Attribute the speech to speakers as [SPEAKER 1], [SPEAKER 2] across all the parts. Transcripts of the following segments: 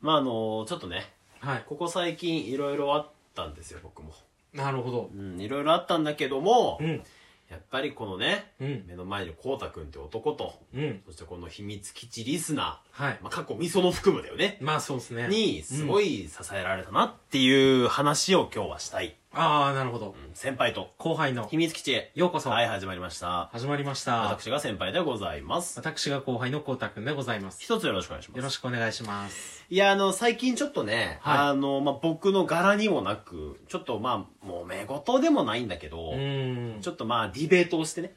[SPEAKER 1] まああのちょっとね
[SPEAKER 2] はい
[SPEAKER 1] ここ最近いろいろあったんですよ僕も
[SPEAKER 2] なるほど
[SPEAKER 1] うんいろいろあったんだけども
[SPEAKER 2] うん
[SPEAKER 1] やっぱりこのね
[SPEAKER 2] うん
[SPEAKER 1] 目の前にこうたくんって男と
[SPEAKER 2] うん
[SPEAKER 1] そしてこの秘密基地リスナ
[SPEAKER 2] はい
[SPEAKER 1] ー、まあ、過去みその含むだよね
[SPEAKER 2] まあそうですね
[SPEAKER 1] にすごい支えられたなっていう話を今日はしたい、
[SPEAKER 2] ああなるほど
[SPEAKER 1] うん先輩と
[SPEAKER 2] 後輩の
[SPEAKER 1] 秘密基地へ
[SPEAKER 2] ようこそ
[SPEAKER 1] はい始まりました
[SPEAKER 2] 始まりました
[SPEAKER 1] 私が先輩でございます
[SPEAKER 2] 私が後輩のこうたくんでございます
[SPEAKER 1] 一つよろしくお願いします
[SPEAKER 2] よろしくお願いします
[SPEAKER 1] いや、あの、最近ちょっとね、
[SPEAKER 2] はい
[SPEAKER 1] あの、まあ、僕の柄にもなく、ちょっとまあ、揉め事でもないんだけど、
[SPEAKER 2] うーん
[SPEAKER 1] ちょっとまあ、ディベートをしてね。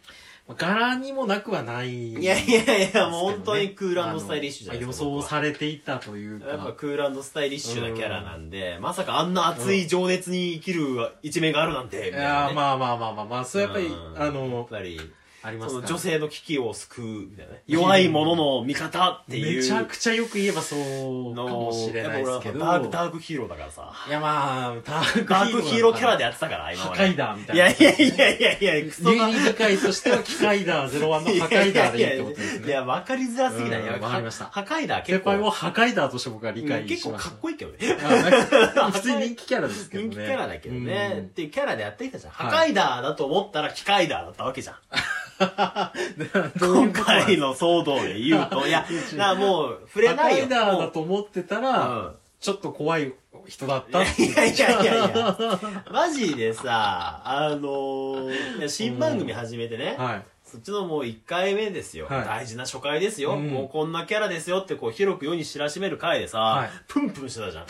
[SPEAKER 2] 柄にもなくはない
[SPEAKER 1] いやいやいや、もう
[SPEAKER 2] ですけどね
[SPEAKER 1] 本当にクーランドスタイリッシュじゃないですか。
[SPEAKER 2] あの予
[SPEAKER 1] 僕
[SPEAKER 2] 想
[SPEAKER 1] は
[SPEAKER 2] されていたという
[SPEAKER 1] やっぱ
[SPEAKER 2] か
[SPEAKER 1] クーランドスタイリッシュなキャラなんで、まさかあんな熱い情熱に生きる一面があるなんて、み
[SPEAKER 2] い
[SPEAKER 1] たいな、
[SPEAKER 2] や
[SPEAKER 1] ね。
[SPEAKER 2] ーまあまあまあまあまあそれやっぱり
[SPEAKER 1] うん
[SPEAKER 2] あ
[SPEAKER 1] やっ
[SPEAKER 2] の
[SPEAKER 1] ぱり、
[SPEAKER 2] あります
[SPEAKER 1] そ
[SPEAKER 2] か
[SPEAKER 1] の
[SPEAKER 2] ら
[SPEAKER 1] 女性の危機を救う、みたいなね。弱い者の味方っていう。
[SPEAKER 2] めちゃくちゃよく言えばそうか
[SPEAKER 1] の
[SPEAKER 2] もしれないですけど
[SPEAKER 1] やっぱ俺はダーク、ダークヒーローだからさ。
[SPEAKER 2] いやまあダー
[SPEAKER 1] ダークヒーローキャラで
[SPEAKER 2] あ
[SPEAKER 1] やってたから、今
[SPEAKER 2] 破
[SPEAKER 1] まで。
[SPEAKER 2] 壊だみたい
[SPEAKER 1] い
[SPEAKER 2] な
[SPEAKER 1] やいやいやいやいや、クソ
[SPEAKER 2] ユ
[SPEAKER 1] な。
[SPEAKER 2] ニ理解としては機械だゼロワンの破壊だでいいってことで
[SPEAKER 1] いや
[SPEAKER 2] す
[SPEAKER 1] いやいやい
[SPEAKER 2] ね
[SPEAKER 1] や、わかりづらすぎない。
[SPEAKER 2] うん
[SPEAKER 1] いや
[SPEAKER 2] わかりました
[SPEAKER 1] 破壊だ、
[SPEAKER 2] 先
[SPEAKER 1] 結構。
[SPEAKER 2] 輩を破壊だとして僕は理
[SPEAKER 1] うん
[SPEAKER 2] 解
[SPEAKER 1] 結
[SPEAKER 2] し
[SPEAKER 1] 構
[SPEAKER 2] まし
[SPEAKER 1] か
[SPEAKER 2] た
[SPEAKER 1] っこいいけどね。
[SPEAKER 2] あなんか普通に人気キャラですけどね
[SPEAKER 1] 人気キャラだけど
[SPEAKER 2] う
[SPEAKER 1] ね。っ
[SPEAKER 2] ん
[SPEAKER 1] ていうキャラでやってきたじゃん。破
[SPEAKER 2] は
[SPEAKER 1] 壊だだと思ったら機械だだったわけじゃん。今
[SPEAKER 2] どういうことなん
[SPEAKER 1] 回の騒動で言うと、いや、な、もう、触れないよ。
[SPEAKER 2] 破壊だ
[SPEAKER 1] も
[SPEAKER 2] だ
[SPEAKER 1] う
[SPEAKER 2] と思ってた
[SPEAKER 1] う
[SPEAKER 2] ら
[SPEAKER 1] ん、
[SPEAKER 2] ちょっと怖い人だっ
[SPEAKER 1] い
[SPEAKER 2] た
[SPEAKER 1] や
[SPEAKER 2] っていう
[SPEAKER 1] いやいやいやいや。マジでさ、あのーいや新番組始めてね、
[SPEAKER 2] はい。
[SPEAKER 1] そっちのもう1回目ですよ、
[SPEAKER 2] はい
[SPEAKER 1] 大事な初回ですよ、
[SPEAKER 2] うん
[SPEAKER 1] もうこんなキャラですよってこう広く世に知らしめる回でさ、
[SPEAKER 2] はい
[SPEAKER 1] プンプンして たじゃん。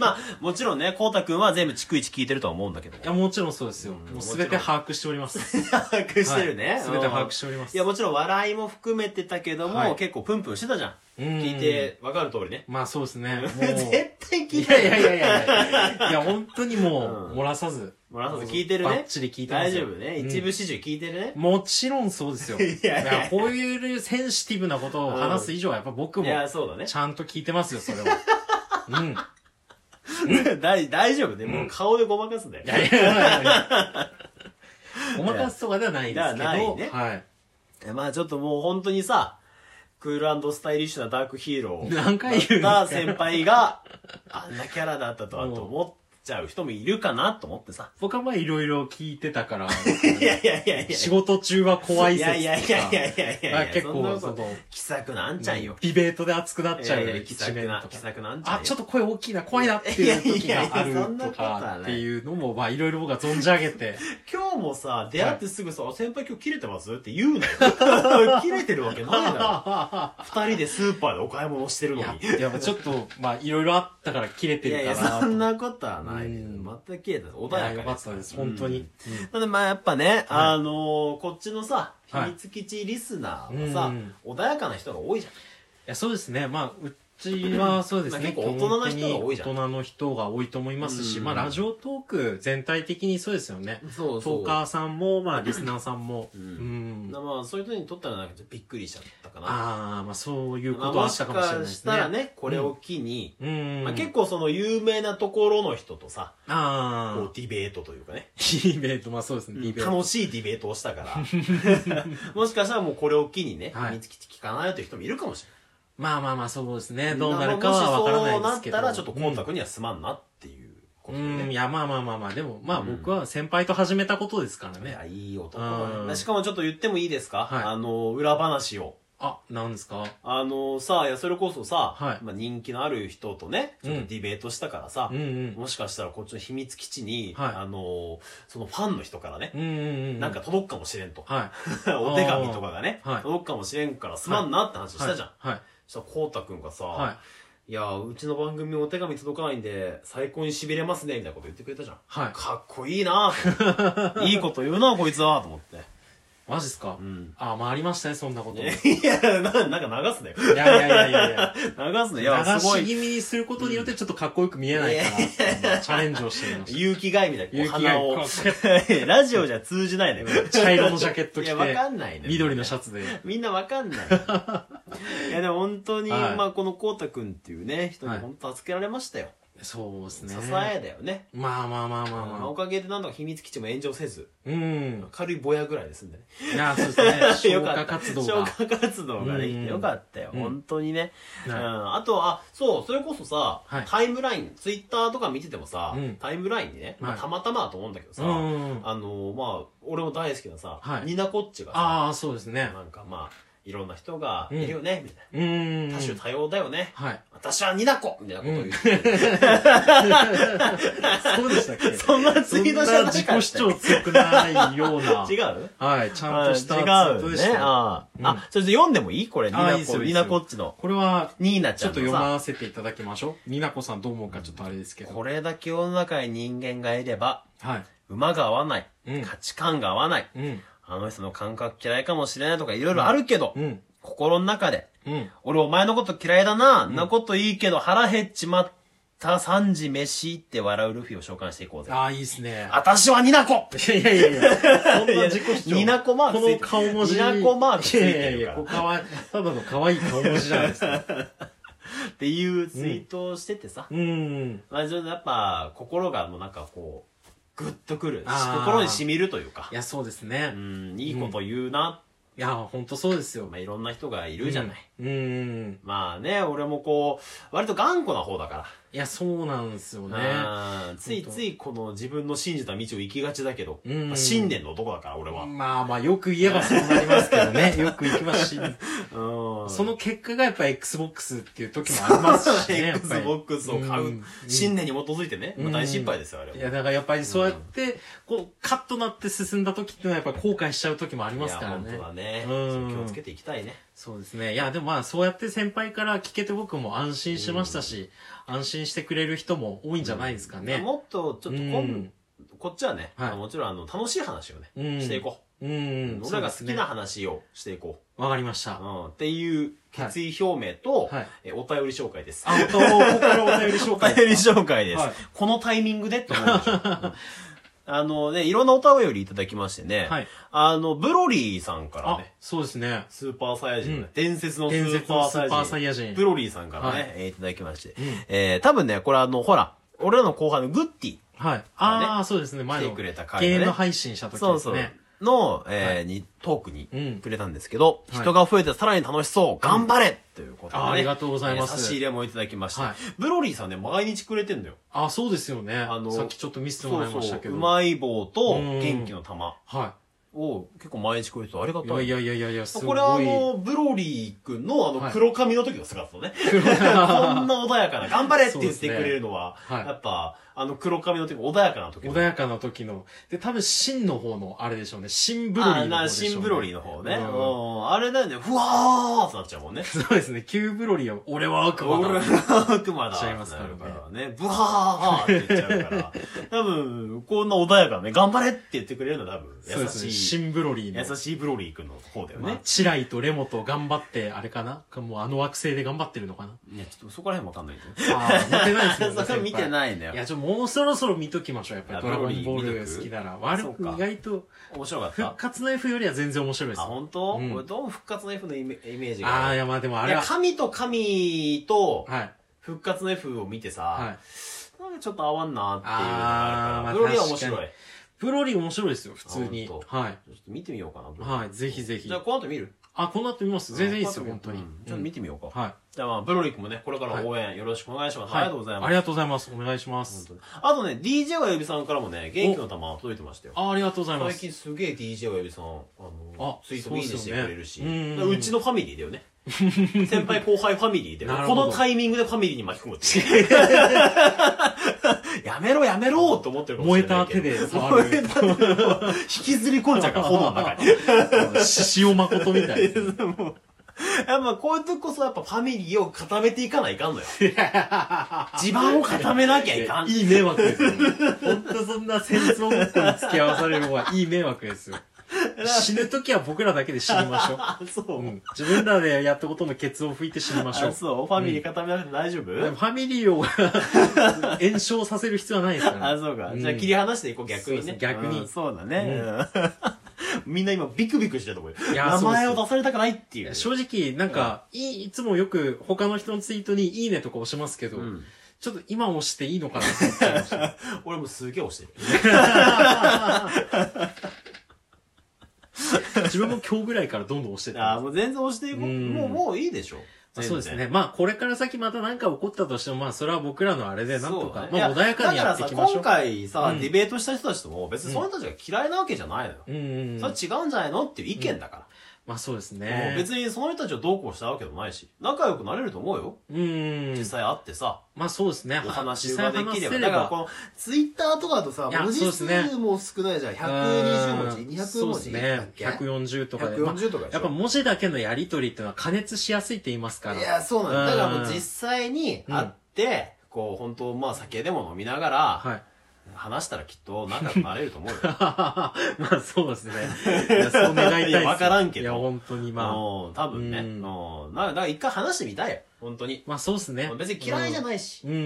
[SPEAKER 1] まあ、もちろんね、こうたくんは全部逐一聞いてるとは思うんだけど。
[SPEAKER 2] いや、もちろんそうですよ。もうすべて把握しております。
[SPEAKER 1] 把 握してるね。
[SPEAKER 2] すべて把握してております。
[SPEAKER 1] いや、もちろん笑いも含めてたけども、
[SPEAKER 2] はい
[SPEAKER 1] 結構プンプンしてたじゃん。
[SPEAKER 2] うん
[SPEAKER 1] 聞いてわかる通りね。
[SPEAKER 2] まあそうです ね。もう
[SPEAKER 1] 絶対聞い
[SPEAKER 2] い
[SPEAKER 1] てな
[SPEAKER 2] や
[SPEAKER 1] い
[SPEAKER 2] いやいやいやいや。いや、本当にも
[SPEAKER 1] う
[SPEAKER 2] う、漏らさず。
[SPEAKER 1] 漏らさず聞いてるね
[SPEAKER 2] バッチリ聞いてま
[SPEAKER 1] 大
[SPEAKER 2] す
[SPEAKER 1] 丈
[SPEAKER 2] よ
[SPEAKER 1] 夫ね。
[SPEAKER 2] うん
[SPEAKER 1] 一部始終聞いてるね。
[SPEAKER 2] もちろんそうです よ。
[SPEAKER 1] い
[SPEAKER 2] い
[SPEAKER 1] やいや
[SPEAKER 2] や、こういうセンシティブなことを話す以上は、やっぱ僕も
[SPEAKER 1] い、や、そうだね。
[SPEAKER 2] ちゃんと聞いてますよ、それ は。うん。い
[SPEAKER 1] 大大丈夫ね。もう顔でごまかすんだよ。
[SPEAKER 2] やいやいやいや。 ごまかすとかではないですけ
[SPEAKER 1] いやない
[SPEAKER 2] ど、
[SPEAKER 1] ね
[SPEAKER 2] はい。
[SPEAKER 1] まあちょっともう本当にさ、クールスタイリッシュなダークヒーロー
[SPEAKER 2] 何回言うんです
[SPEAKER 1] だ
[SPEAKER 2] か
[SPEAKER 1] った先輩が、あんなキャラだったとはと思っちゃう人もいるかなと思ってさ。
[SPEAKER 2] 僕はまあいろいろ聞いてたから、
[SPEAKER 1] いやいやいやいや。
[SPEAKER 2] 仕事中は怖い
[SPEAKER 1] い
[SPEAKER 2] 説と
[SPEAKER 1] や
[SPEAKER 2] か。
[SPEAKER 1] いやいやいやいやい
[SPEAKER 2] まあ
[SPEAKER 1] や。
[SPEAKER 2] 結
[SPEAKER 1] そんなこと
[SPEAKER 2] 構、その、
[SPEAKER 1] 気さくなあんちゃんよ。
[SPEAKER 2] ディベートで熱くなっ
[SPEAKER 1] い
[SPEAKER 2] ちゃ
[SPEAKER 1] や
[SPEAKER 2] う
[SPEAKER 1] いや、気
[SPEAKER 2] 一
[SPEAKER 1] さく
[SPEAKER 2] 面
[SPEAKER 1] な
[SPEAKER 2] と、
[SPEAKER 1] 気
[SPEAKER 2] か。
[SPEAKER 1] さくなあんちゃん
[SPEAKER 2] あ
[SPEAKER 1] よ、。
[SPEAKER 2] ちょっと声大きいな、怖いなっていう時があ
[SPEAKER 1] いやいやいやそんな
[SPEAKER 2] ると
[SPEAKER 1] ことは
[SPEAKER 2] か
[SPEAKER 1] ない
[SPEAKER 2] っていうのも、まあいろいろ僕は存じ上げ て、
[SPEAKER 1] 今日もさ、出会ってすぐさ、先輩今日切れてますって言うなよ。切れてるわけないだろ。二人でスーパーでお買い物してる
[SPEAKER 2] い
[SPEAKER 1] の
[SPEAKER 2] や
[SPEAKER 1] に。
[SPEAKER 2] いや、ちょっと、まあいろいろあったから切れて
[SPEAKER 1] いやい
[SPEAKER 2] る
[SPEAKER 1] や、
[SPEAKER 2] かな
[SPEAKER 1] そ
[SPEAKER 2] と。
[SPEAKER 1] んなことはない。
[SPEAKER 2] うん
[SPEAKER 1] 全く切れてない。穏やか
[SPEAKER 2] い
[SPEAKER 1] に
[SPEAKER 2] やよかったです、本当に。
[SPEAKER 1] ただまあやっぱね、あのーこっちのさ、秘
[SPEAKER 2] はい
[SPEAKER 1] 密基地リスナーはさ、
[SPEAKER 2] うん
[SPEAKER 1] 穏やかな人が多いじゃん。
[SPEAKER 2] いやそうですねまあうちはそうですね
[SPEAKER 1] まあ結構大人な人が多いじゃん
[SPEAKER 2] 基本的に大人の人が多いと思いますし、
[SPEAKER 1] うん
[SPEAKER 2] まあラジオトーク全体的にそうですよね
[SPEAKER 1] そ
[SPEAKER 2] トーカーさんもまあリスナーさんも
[SPEAKER 1] う
[SPEAKER 2] うんん、
[SPEAKER 1] だからまあそういう人にとったらなんかちょっとびっくりしちゃったかな。
[SPEAKER 2] ああまあそういう
[SPEAKER 1] ま
[SPEAKER 2] こ
[SPEAKER 1] あ
[SPEAKER 2] とは
[SPEAKER 1] も
[SPEAKER 2] あっ
[SPEAKER 1] した
[SPEAKER 2] かもしれない
[SPEAKER 1] か
[SPEAKER 2] で
[SPEAKER 1] し
[SPEAKER 2] す
[SPEAKER 1] たら
[SPEAKER 2] ね
[SPEAKER 1] ね、これを機に、
[SPEAKER 2] うん、
[SPEAKER 1] まあ、結構その有名なところの人とさ、
[SPEAKER 2] あ
[SPEAKER 1] こう
[SPEAKER 2] あ
[SPEAKER 1] ディベートというかね、
[SPEAKER 2] ディベートまあそうですね、ディベート
[SPEAKER 1] 楽しいディベートをしたから、 もしかしたらもうこれを機にね、
[SPEAKER 2] はい
[SPEAKER 1] 秘密基地聞かないという人もいるかもしれない。
[SPEAKER 2] まあまあまあそうですねどうなるかはわからないですけど
[SPEAKER 1] まあもしそうなったらちょっとコンタクにはすまんなっていうこと
[SPEAKER 2] う
[SPEAKER 1] で
[SPEAKER 2] ん、うん
[SPEAKER 1] ね
[SPEAKER 2] い。やまあまあまあまあでもまあ
[SPEAKER 1] うん
[SPEAKER 2] 僕は先輩と始めたことですから
[SPEAKER 1] い
[SPEAKER 2] ね、
[SPEAKER 1] や、いい男
[SPEAKER 2] う。ん
[SPEAKER 1] しかもちょっと言ってもいいですか、
[SPEAKER 2] はい
[SPEAKER 1] あの、裏話を。
[SPEAKER 2] あなんですか
[SPEAKER 1] あのさ、いや、それこそさ、
[SPEAKER 2] はい
[SPEAKER 1] まあ、人気のある人とね、ちょっとディベートしたからさ、
[SPEAKER 2] うんうん
[SPEAKER 1] もしかしたらこっちの秘密基地に、
[SPEAKER 2] はい
[SPEAKER 1] あのそのファンの人からね、
[SPEAKER 2] うんうんうん
[SPEAKER 1] なんか届くかもしれんと。
[SPEAKER 2] はい
[SPEAKER 1] お手紙とかがね、
[SPEAKER 2] はい
[SPEAKER 1] 届くかもしれんからすまんなって話したじゃん。
[SPEAKER 2] はい。
[SPEAKER 1] そしたら、こうたくんがさ、
[SPEAKER 2] はい。
[SPEAKER 1] い、や、うちの番組お手紙届かないんで、最高に痺れますね、みたいなこと言ってくれたじゃん。
[SPEAKER 2] はい。
[SPEAKER 1] かっこいいなぁと思 って。いいこと言うなぁ、こいつは、と思って。
[SPEAKER 2] マジっすか
[SPEAKER 1] うん。
[SPEAKER 2] あ、まあありましたね、そんなこと。いやい
[SPEAKER 1] いや、ななんか流すね。
[SPEAKER 2] やいやいやいや。
[SPEAKER 1] 流 すね。いや、
[SPEAKER 2] 流
[SPEAKER 1] すご
[SPEAKER 2] し
[SPEAKER 1] い。
[SPEAKER 2] 気味にすることによってちょっとかっこよく見えないから、まあチャレンジをしてみまし
[SPEAKER 1] 勇気がいみ たいな。こう
[SPEAKER 2] 勇気がい
[SPEAKER 1] 鼻を。 ラジオじゃ通じないね。
[SPEAKER 2] た。 茶色のジャケット
[SPEAKER 1] い
[SPEAKER 2] 着
[SPEAKER 1] や、わか
[SPEAKER 2] て、
[SPEAKER 1] んないね。
[SPEAKER 2] 緑のシャツで。
[SPEAKER 1] みんなわかんない。 いや、でも本当に、
[SPEAKER 2] はい
[SPEAKER 1] まあ、このこうたくんっていうね、人に
[SPEAKER 2] はい
[SPEAKER 1] 本当助けられましたよ。
[SPEAKER 2] そうですね
[SPEAKER 1] 支えだよね
[SPEAKER 2] まあまあまあまあ
[SPEAKER 1] まあお
[SPEAKER 2] まあ
[SPEAKER 1] かげでなんとか秘密基地も炎上せず
[SPEAKER 2] うん
[SPEAKER 1] 軽いぼやぐらいで済んでね
[SPEAKER 2] いやそうです ね
[SPEAKER 1] よ
[SPEAKER 2] 消
[SPEAKER 1] かった
[SPEAKER 2] 火活動が
[SPEAKER 1] 消火活動ができ
[SPEAKER 2] うん
[SPEAKER 1] てよかったよ、
[SPEAKER 2] うん
[SPEAKER 1] 本当にね、うん
[SPEAKER 2] はい
[SPEAKER 1] あとはそうそれこそさ、
[SPEAKER 2] はい
[SPEAKER 1] タイムラインツイッターとか見ててもさ、
[SPEAKER 2] うん
[SPEAKER 1] タイムラインにね、まあ
[SPEAKER 2] はい
[SPEAKER 1] たまたまだと思うんだけどさ、
[SPEAKER 2] うん
[SPEAKER 1] あのまあ俺も大好きなさ、
[SPEAKER 2] はい
[SPEAKER 1] ニナコッチがさ
[SPEAKER 2] ああそうですね
[SPEAKER 1] なんかまあいろんな人が
[SPEAKER 2] うん
[SPEAKER 1] いるよね、みたい
[SPEAKER 2] うん
[SPEAKER 1] な多種多様だよね、
[SPEAKER 2] はい
[SPEAKER 1] 私はニナコみたいなことを言って、
[SPEAKER 2] そうでしたっけ
[SPEAKER 1] そんなツ
[SPEAKER 2] そ
[SPEAKER 1] イ
[SPEAKER 2] ん
[SPEAKER 1] ートじゃな
[SPEAKER 2] な
[SPEAKER 1] かった
[SPEAKER 2] 自
[SPEAKER 1] よ
[SPEAKER 2] 己主張強くないよう な
[SPEAKER 1] 違う
[SPEAKER 2] はいちゃんとしたツイ
[SPEAKER 1] あ
[SPEAKER 2] ー
[SPEAKER 1] 違
[SPEAKER 2] ト
[SPEAKER 1] う
[SPEAKER 2] で
[SPEAKER 1] ね
[SPEAKER 2] したよ
[SPEAKER 1] あー、
[SPEAKER 2] うん
[SPEAKER 1] あそれで読んでもいいこれニ
[SPEAKER 2] あー
[SPEAKER 1] ナ
[SPEAKER 2] いいっすよ
[SPEAKER 1] コ
[SPEAKER 2] いい
[SPEAKER 1] ニ
[SPEAKER 2] っすよ
[SPEAKER 1] ナコッチの
[SPEAKER 2] これは
[SPEAKER 1] ニーナち
[SPEAKER 2] ち
[SPEAKER 1] ゃ
[SPEAKER 2] ょ
[SPEAKER 1] ん
[SPEAKER 2] っ
[SPEAKER 1] の
[SPEAKER 2] と
[SPEAKER 1] さ
[SPEAKER 2] 読ませていただきましょう。になこさんどう思うかちょっとあれですけど。
[SPEAKER 1] これだけ世の中に人間がいれば、
[SPEAKER 2] はい。
[SPEAKER 1] 馬が合わない、
[SPEAKER 2] うん
[SPEAKER 1] 価値観が合わない、
[SPEAKER 2] うん。
[SPEAKER 1] あの人の感覚嫌いかもしれないとかいろいろあるけど、
[SPEAKER 2] うん。
[SPEAKER 1] 心の中で、
[SPEAKER 2] うん。
[SPEAKER 1] 俺お前のこと嫌いだな、ん、なこといいけど腹減っちまった3時飯って笑うルフィを召喚していこうぜ。
[SPEAKER 2] ああ、いいですね。
[SPEAKER 1] 私はニナコ
[SPEAKER 2] いやいやいやいや。そんな自己主張。
[SPEAKER 1] ニナコマークつい
[SPEAKER 2] こ
[SPEAKER 1] て
[SPEAKER 2] の
[SPEAKER 1] る
[SPEAKER 2] 顔文字。
[SPEAKER 1] ニナコマークついてるから
[SPEAKER 2] いやいやいや、ここかわいただの可愛い顔文字じゃないですか。
[SPEAKER 1] っていうツイートをしててさ、
[SPEAKER 2] うん。
[SPEAKER 1] まあちょっとやっぱ心がもうなんかこう、グッとくる。
[SPEAKER 2] あー
[SPEAKER 1] 心に染みるというか
[SPEAKER 2] い、や、そうです
[SPEAKER 1] う
[SPEAKER 2] ね。
[SPEAKER 1] ん、いいこと言うな、
[SPEAKER 2] いや、ほんとそうですよ。
[SPEAKER 1] まあいろんな人がいるじゃない。
[SPEAKER 2] うん。うん。
[SPEAKER 1] まあね、俺もこう、割と頑固な方だから。
[SPEAKER 2] いや、そうなんですよね。
[SPEAKER 1] うんついついこの自分の信じた道を行きがちだけど、
[SPEAKER 2] うん
[SPEAKER 1] まあ信念の男だから俺は。
[SPEAKER 2] まあまあ、よく言えばそうなりますけど ね。よく行きますし。
[SPEAKER 1] うん
[SPEAKER 2] その結果がやっぱ Xbox っていう時もありますしね。 やっぱり
[SPEAKER 1] Xbox を買
[SPEAKER 2] う
[SPEAKER 1] うん信念に基づいてね、
[SPEAKER 2] うん
[SPEAKER 1] まあ大失敗ですよ、あれはい
[SPEAKER 2] や、だからやっぱりそうやって、こう、カッとなって進んだ時っていうのはやっぱ後悔しちゃう時もありますから
[SPEAKER 1] いや
[SPEAKER 2] ね
[SPEAKER 1] 本当。だね。
[SPEAKER 2] うん
[SPEAKER 1] 気をつけていきたいね。
[SPEAKER 2] そうですね。いや、でもまあそうやって先輩から聞けて僕も安心しましたし、安心してくれる人も多いんじゃないですかね。
[SPEAKER 1] もっと、ちょっとこ
[SPEAKER 2] うんん、
[SPEAKER 1] こっちはね、
[SPEAKER 2] はい
[SPEAKER 1] あもちろんあの楽しい話をね、
[SPEAKER 2] うん
[SPEAKER 1] していこ
[SPEAKER 2] う
[SPEAKER 1] う。
[SPEAKER 2] ん。
[SPEAKER 1] 俺らが
[SPEAKER 2] そ
[SPEAKER 1] 好き
[SPEAKER 2] うです
[SPEAKER 1] な
[SPEAKER 2] ね。
[SPEAKER 1] 話をしていこ
[SPEAKER 2] わかりまし
[SPEAKER 1] う。
[SPEAKER 2] た
[SPEAKER 1] う。ん、っていう決意表明と、
[SPEAKER 2] はいはい
[SPEAKER 1] えお便り紹介です。
[SPEAKER 2] あ、本当、ここからお便り紹
[SPEAKER 1] お便
[SPEAKER 2] 介
[SPEAKER 1] り
[SPEAKER 2] ですか。
[SPEAKER 1] 紹介です。
[SPEAKER 2] はい
[SPEAKER 1] このタイミングでって思うでしょうんあのね、いろんなお便りいただきましてね、
[SPEAKER 2] はい
[SPEAKER 1] あの、ブロリーさんから
[SPEAKER 2] あ
[SPEAKER 1] ね、、
[SPEAKER 2] そうですね。
[SPEAKER 1] スーパーサイヤ人のね、
[SPEAKER 2] うん
[SPEAKER 1] 伝説のス
[SPEAKER 2] 伝
[SPEAKER 1] ー
[SPEAKER 2] 説
[SPEAKER 1] パ
[SPEAKER 2] の
[SPEAKER 1] ー
[SPEAKER 2] ス
[SPEAKER 1] サイヤ
[SPEAKER 2] ー
[SPEAKER 1] 人、
[SPEAKER 2] パーサイヤ人。
[SPEAKER 1] ブロリーさんからね、
[SPEAKER 2] はい
[SPEAKER 1] えーいただきまして、
[SPEAKER 2] ん
[SPEAKER 1] えー、多分ね、これあの、ほら、俺らの後輩のグッティ、
[SPEAKER 2] はい。ああ、そうですね。前
[SPEAKER 1] 来て
[SPEAKER 2] の
[SPEAKER 1] くれた回のね
[SPEAKER 2] ゲーム配信した時
[SPEAKER 1] そ
[SPEAKER 2] で
[SPEAKER 1] う
[SPEAKER 2] す
[SPEAKER 1] そう
[SPEAKER 2] ね。、
[SPEAKER 1] の、えーに、トークに
[SPEAKER 2] うん
[SPEAKER 1] くれたんですけど、
[SPEAKER 2] はい
[SPEAKER 1] 人が増えてさらに楽しそう、頑張れ、ということで、ね、
[SPEAKER 2] あありがとうございます
[SPEAKER 1] えー差し入れもいただきまして、
[SPEAKER 2] はい
[SPEAKER 1] ブロリーさんね、毎日くれてんだよ。
[SPEAKER 2] あ、そうですよね。
[SPEAKER 1] あの
[SPEAKER 2] さっきちょっと見せても
[SPEAKER 1] そ
[SPEAKER 2] ら
[SPEAKER 1] う
[SPEAKER 2] いまし
[SPEAKER 1] そ
[SPEAKER 2] た
[SPEAKER 1] う
[SPEAKER 2] け
[SPEAKER 1] う
[SPEAKER 2] ど。
[SPEAKER 1] まい棒と
[SPEAKER 2] うん
[SPEAKER 1] 元気の玉
[SPEAKER 2] は
[SPEAKER 1] を結構毎日くれててありが
[SPEAKER 2] い。い
[SPEAKER 1] た
[SPEAKER 2] や
[SPEAKER 1] い
[SPEAKER 2] いやいやいやいや、すごい。
[SPEAKER 1] これはあのブロリー君のあの
[SPEAKER 2] はい
[SPEAKER 1] 黒髪の時の姿と ね、こんな穏やかな頑張れって言ってくれるのは、
[SPEAKER 2] そうですねはい
[SPEAKER 1] やっぱあの黒髪の時穏やかな時の
[SPEAKER 2] 穏やかな時の。で、多分、真の方の、あれでしょうね。真ブロリーの
[SPEAKER 1] あ
[SPEAKER 2] 方でしょう、
[SPEAKER 1] な
[SPEAKER 2] ね。
[SPEAKER 1] 新ブロリーの方ね、
[SPEAKER 2] うん
[SPEAKER 1] うんあれだよねふわーってなっちゃうもんね
[SPEAKER 2] そうですね。旧ブロリーは、俺は悪魔だ。
[SPEAKER 1] 俺は悪魔だ。
[SPEAKER 2] しちゃいますからね
[SPEAKER 1] ね。ブハーハーって言っちゃうから。多分、こんな穏やかなね、頑張れって言ってくれるのは多
[SPEAKER 2] そう
[SPEAKER 1] 分、優
[SPEAKER 2] ですね。
[SPEAKER 1] しい、
[SPEAKER 2] 新ブロリーの。
[SPEAKER 1] 優しいブロリー君の方だよ
[SPEAKER 2] まあ
[SPEAKER 1] ね。
[SPEAKER 2] チライとレモと頑張って、あれかなもうあの惑星で頑張ってるのかな
[SPEAKER 1] いや、ちょっとそこら辺わかんないけど。
[SPEAKER 2] ああ、見てないですも んね。
[SPEAKER 1] それ見て
[SPEAKER 2] い。
[SPEAKER 1] ないんだ
[SPEAKER 2] いや、
[SPEAKER 1] よ。
[SPEAKER 2] ちょ、もうそろそろ見ときましょう。やっぱ
[SPEAKER 1] あ
[SPEAKER 2] りドラゴンボー
[SPEAKER 1] ブロリー
[SPEAKER 2] ル
[SPEAKER 1] 見とく
[SPEAKER 2] 好きなら。悪
[SPEAKER 1] そう
[SPEAKER 2] く
[SPEAKER 1] か
[SPEAKER 2] 意外と、
[SPEAKER 1] 面白かっ
[SPEAKER 2] 復
[SPEAKER 1] た。
[SPEAKER 2] 活の F よりは全然面白いで
[SPEAKER 1] あ、
[SPEAKER 2] す。あ
[SPEAKER 1] 本当？
[SPEAKER 2] うん
[SPEAKER 1] 俺どうも復活の F のイメイメージが
[SPEAKER 2] あ
[SPEAKER 1] あ
[SPEAKER 2] ー、い
[SPEAKER 1] る。
[SPEAKER 2] や、まあでもあ
[SPEAKER 1] い
[SPEAKER 2] れ
[SPEAKER 1] や、
[SPEAKER 2] は。
[SPEAKER 1] 神と神と
[SPEAKER 2] はい。
[SPEAKER 1] 復活の F を見て
[SPEAKER 2] は
[SPEAKER 1] さ、
[SPEAKER 2] い。
[SPEAKER 1] なんかちょっと合わんなっていうのがあ
[SPEAKER 2] あーま
[SPEAKER 1] るから。
[SPEAKER 2] あ
[SPEAKER 1] ブロリーは面白
[SPEAKER 2] 確
[SPEAKER 1] い。
[SPEAKER 2] ブロリー面白いですよ、普通
[SPEAKER 1] あ
[SPEAKER 2] に
[SPEAKER 1] 本。
[SPEAKER 2] はい。
[SPEAKER 1] ちょっと見てみようかなブロリー。
[SPEAKER 2] はい、ぜひぜひ
[SPEAKER 1] じゃあ、。この後見る
[SPEAKER 2] あ、この後見ます。全然いいですよ、
[SPEAKER 1] うん
[SPEAKER 2] 本当に。
[SPEAKER 1] うんちょっと見てみようか。
[SPEAKER 2] はい。
[SPEAKER 1] じゃあまあ、ブロリー君もね、これから応援よろしくお願いします。ありがとうござい
[SPEAKER 2] あ
[SPEAKER 1] ま
[SPEAKER 2] り
[SPEAKER 1] す。
[SPEAKER 2] がとうございます。お願いしま
[SPEAKER 1] 本
[SPEAKER 2] す
[SPEAKER 1] 当。にあとね、DJ はよびさんからもね、元気の玉届いてましたよ。
[SPEAKER 2] あ、ありがとうございま
[SPEAKER 1] 最
[SPEAKER 2] す。
[SPEAKER 1] 近すげえ DJ 親指さんあの
[SPEAKER 2] あ
[SPEAKER 1] ツイートもいいねしてくれるし
[SPEAKER 2] そうですよねうん
[SPEAKER 1] うちのファミリーだよね 先輩後輩ファミリーで
[SPEAKER 2] なる
[SPEAKER 1] こ
[SPEAKER 2] ほど
[SPEAKER 1] のタイミングでファミリーに巻き込むって やめろやめろと思ってるかもし
[SPEAKER 2] 燃
[SPEAKER 1] れ
[SPEAKER 2] え
[SPEAKER 1] な
[SPEAKER 2] た
[SPEAKER 1] いけ
[SPEAKER 2] 手
[SPEAKER 1] ど
[SPEAKER 2] で触
[SPEAKER 1] 燃え
[SPEAKER 2] る。
[SPEAKER 1] た手で引きずり込んじゃうから炎の中に
[SPEAKER 2] 獅子王誠みたいな。
[SPEAKER 1] もうやっぱこういう時こそやっぱファミリーを固めていかないかんの よ地盤を固めなきゃいかん
[SPEAKER 2] いい迷惑ですよ。 ほんとそんな戦争ごっこに付き合わされる方がいい迷惑ですよ。死ぬときは僕らだけで死にましょ
[SPEAKER 1] あそう
[SPEAKER 2] う。うん、自分らでやったことのケツを拭いて死にましょ
[SPEAKER 1] あ
[SPEAKER 2] う。
[SPEAKER 1] そうファミリー固めなくて大丈夫
[SPEAKER 2] でもファミリーを 炎症させる必要はないですから、
[SPEAKER 1] あ、そうか。じゃあ
[SPEAKER 2] うん
[SPEAKER 1] 切り離していこう、逆に
[SPEAKER 2] そうで
[SPEAKER 1] ね。
[SPEAKER 2] す逆に
[SPEAKER 1] うんそうだね。うん みんな今ビクビクしてるとこよ。
[SPEAKER 2] いや
[SPEAKER 1] 名前
[SPEAKER 2] そう
[SPEAKER 1] を
[SPEAKER 2] です
[SPEAKER 1] 出されたくないっていう。
[SPEAKER 2] 正直、なんか、いい、いつもよく他の人のツイートにいいねとか押しますけど、
[SPEAKER 1] うん
[SPEAKER 2] ちょっと今押していいのかなと思っちゃい ましたね
[SPEAKER 1] 俺もすげえ押してる。
[SPEAKER 2] 自分も今日ぐらいからどんどん押してて
[SPEAKER 1] ああ、もう全然押していこう。
[SPEAKER 2] うん
[SPEAKER 1] もう、もういいでしょ。
[SPEAKER 2] まあそうです
[SPEAKER 1] 全
[SPEAKER 2] ね。
[SPEAKER 1] 然。
[SPEAKER 2] まあ、これから先また何か起こったとしても、まあ、それは僕らのあれで、なんとか、
[SPEAKER 1] そうね
[SPEAKER 2] まあ、
[SPEAKER 1] い
[SPEAKER 2] 穏やかにやっていきましょう。
[SPEAKER 1] だからさ、今回さ
[SPEAKER 2] う、ん
[SPEAKER 1] ディベートした人たちとも、別にその人たちが嫌いなわけじゃないのよ。
[SPEAKER 2] うんうんうん。
[SPEAKER 1] それは違うんじゃないのっていう意見だか
[SPEAKER 2] まあ、そうです
[SPEAKER 1] ら。も
[SPEAKER 2] ね
[SPEAKER 1] う。別にその人たちをどうこうしたわけでもないし、仲良くなれると思うよ。
[SPEAKER 2] うんうんうん
[SPEAKER 1] 実。際会ってさ、
[SPEAKER 2] まあ、そうですね。
[SPEAKER 1] お話
[SPEAKER 2] 実
[SPEAKER 1] が
[SPEAKER 2] 際
[SPEAKER 1] できれ
[SPEAKER 2] 話せ
[SPEAKER 1] ば。
[SPEAKER 2] れ
[SPEAKER 1] だからこ
[SPEAKER 2] ば。
[SPEAKER 1] の、ツイッターとかだとさ、
[SPEAKER 2] いや
[SPEAKER 1] 文字
[SPEAKER 2] そうです
[SPEAKER 1] 数も少ないじゃん。120文字 ?200
[SPEAKER 2] そう
[SPEAKER 1] 文
[SPEAKER 2] です
[SPEAKER 1] 字だっ
[SPEAKER 2] ね。
[SPEAKER 1] け
[SPEAKER 2] 140とかで。まあ
[SPEAKER 1] 140とかでし
[SPEAKER 2] やっぱ
[SPEAKER 1] ょ。
[SPEAKER 2] 文字だけのやりとりっていうのは加熱しやすいって言いますから。
[SPEAKER 1] いや、そうなんだ。だからもう
[SPEAKER 2] うん
[SPEAKER 1] 実際に会って、こう、本当まあ酒でも飲みながら、
[SPEAKER 2] はい。
[SPEAKER 1] 話したらきっと仲良くなれると思うよ。
[SPEAKER 2] まあそう ですね。いや、そう願いたいです
[SPEAKER 1] い
[SPEAKER 2] よ。
[SPEAKER 1] やわからんけど
[SPEAKER 2] いや、本当に
[SPEAKER 1] まあ、
[SPEAKER 2] まあ。
[SPEAKER 1] 多分ね。
[SPEAKER 2] う
[SPEAKER 1] うんん。なだから一回話してみたいよ。本当に。
[SPEAKER 2] まあそうですね。
[SPEAKER 1] 別に嫌いじゃ
[SPEAKER 2] ない。
[SPEAKER 1] ないし。
[SPEAKER 2] うん。
[SPEAKER 1] う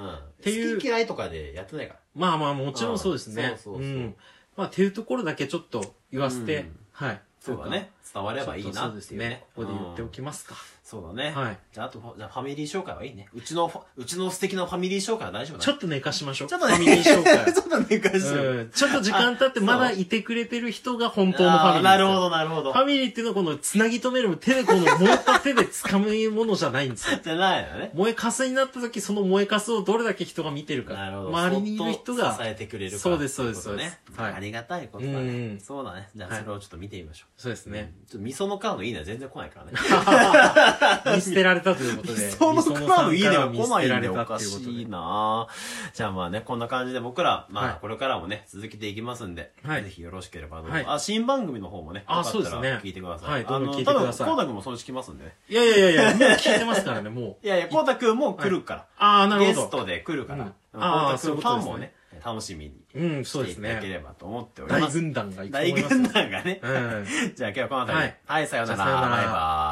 [SPEAKER 1] ん。
[SPEAKER 2] ていう
[SPEAKER 1] 好き嫌いとかでやってないから。
[SPEAKER 2] まあまあもちろんそうですね。
[SPEAKER 1] うんそうそうそう
[SPEAKER 2] うん。まあっていうところだけちょっと言わせ
[SPEAKER 1] う
[SPEAKER 2] て
[SPEAKER 1] ん、
[SPEAKER 2] はい。
[SPEAKER 1] そうだね。伝わ
[SPEAKER 2] な
[SPEAKER 1] れ
[SPEAKER 2] んか。
[SPEAKER 1] ばいい
[SPEAKER 2] ちょ
[SPEAKER 1] な
[SPEAKER 2] っとそうで
[SPEAKER 1] っ
[SPEAKER 2] す
[SPEAKER 1] ていう
[SPEAKER 2] ね
[SPEAKER 1] ね。。
[SPEAKER 2] ここで言ってお
[SPEAKER 1] うん
[SPEAKER 2] きますか。
[SPEAKER 1] そうだね。
[SPEAKER 2] はい。
[SPEAKER 1] じゃあ、あと、じゃあファミリー紹介はいいね。うちのファ、うちの素敵なファミリー紹介は大丈夫
[SPEAKER 2] ちょ
[SPEAKER 1] っ
[SPEAKER 2] っと寝かしましょう。
[SPEAKER 1] ちょっとね
[SPEAKER 2] ファミリー 紹介。
[SPEAKER 1] ちょっとね、返して
[SPEAKER 2] うんちょっと時間経ってまだいてくれてる人が本当のファミリー
[SPEAKER 1] あ
[SPEAKER 2] で
[SPEAKER 1] ー
[SPEAKER 2] す。
[SPEAKER 1] なるほ。ど、なるほど
[SPEAKER 2] フ。ァミリーっていうのはこの繋ぎ止める手でこの燃えた手で掴むものじゃないんですよ。
[SPEAKER 1] じゃないのね。
[SPEAKER 2] 燃えかすになった時その燃えかすをどれだけ人が見てるか
[SPEAKER 1] なるほど。
[SPEAKER 2] 周りにいる人
[SPEAKER 1] そっと
[SPEAKER 2] が
[SPEAKER 1] 支えてくれるから
[SPEAKER 2] そうですそうです
[SPEAKER 1] ってことね
[SPEAKER 2] そうですはい
[SPEAKER 1] ありがたいことだ
[SPEAKER 2] うんう
[SPEAKER 1] ね
[SPEAKER 2] ん。
[SPEAKER 1] そうだね。じゃあ、それをちょっと見てみましょう。
[SPEAKER 2] そうですね
[SPEAKER 1] ちょっと味噌のカードいいね全然来ないからね。
[SPEAKER 2] 見捨てられたということ で
[SPEAKER 1] そのカードいいねが来ないんでお
[SPEAKER 2] と
[SPEAKER 1] か
[SPEAKER 2] いうこと
[SPEAKER 1] しい
[SPEAKER 2] で
[SPEAKER 1] なじゃあまあね、こんな感じで僕ら、ま
[SPEAKER 2] は
[SPEAKER 1] あ
[SPEAKER 2] い
[SPEAKER 1] これからもね、続けていきますんで、
[SPEAKER 2] はい
[SPEAKER 1] ぜひよろしければどうぞ、
[SPEAKER 2] はい
[SPEAKER 1] あ、新番組の方もね、
[SPEAKER 2] あ
[SPEAKER 1] よかったら
[SPEAKER 2] そうですね
[SPEAKER 1] 聞いてください。
[SPEAKER 2] はいどんど
[SPEAKER 1] あ
[SPEAKER 2] ん
[SPEAKER 1] の
[SPEAKER 2] 聞いてくださ
[SPEAKER 1] 多分、
[SPEAKER 2] い
[SPEAKER 1] コーダ君もそのうち来ますんでね。
[SPEAKER 2] いやいやいやいやもう聞いてますからねもう
[SPEAKER 1] いやいや、コーダ君も来るか
[SPEAKER 2] ああ
[SPEAKER 1] ら。
[SPEAKER 2] な
[SPEAKER 1] ゲ
[SPEAKER 2] る
[SPEAKER 1] ス
[SPEAKER 2] ほど
[SPEAKER 1] トで来るか
[SPEAKER 2] うん
[SPEAKER 1] ら。
[SPEAKER 2] あ
[SPEAKER 1] コーダ君
[SPEAKER 2] ー
[SPEAKER 1] フ
[SPEAKER 2] そう
[SPEAKER 1] ァ
[SPEAKER 2] いう
[SPEAKER 1] ン
[SPEAKER 2] こと
[SPEAKER 1] も
[SPEAKER 2] ですね
[SPEAKER 1] ね、楽しみに
[SPEAKER 2] うんそうで
[SPEAKER 1] し
[SPEAKER 2] す
[SPEAKER 1] ていただけ
[SPEAKER 2] ね
[SPEAKER 1] ればと思っており
[SPEAKER 2] 大
[SPEAKER 1] ます。
[SPEAKER 2] 軍団がいくと思
[SPEAKER 1] 大
[SPEAKER 2] います
[SPEAKER 1] 軍団がね。
[SPEAKER 2] うん
[SPEAKER 1] じゃあ今日はこの辺り
[SPEAKER 2] はい
[SPEAKER 1] で。はい、さようなら。
[SPEAKER 2] じゃあさようなら
[SPEAKER 1] バイバイ。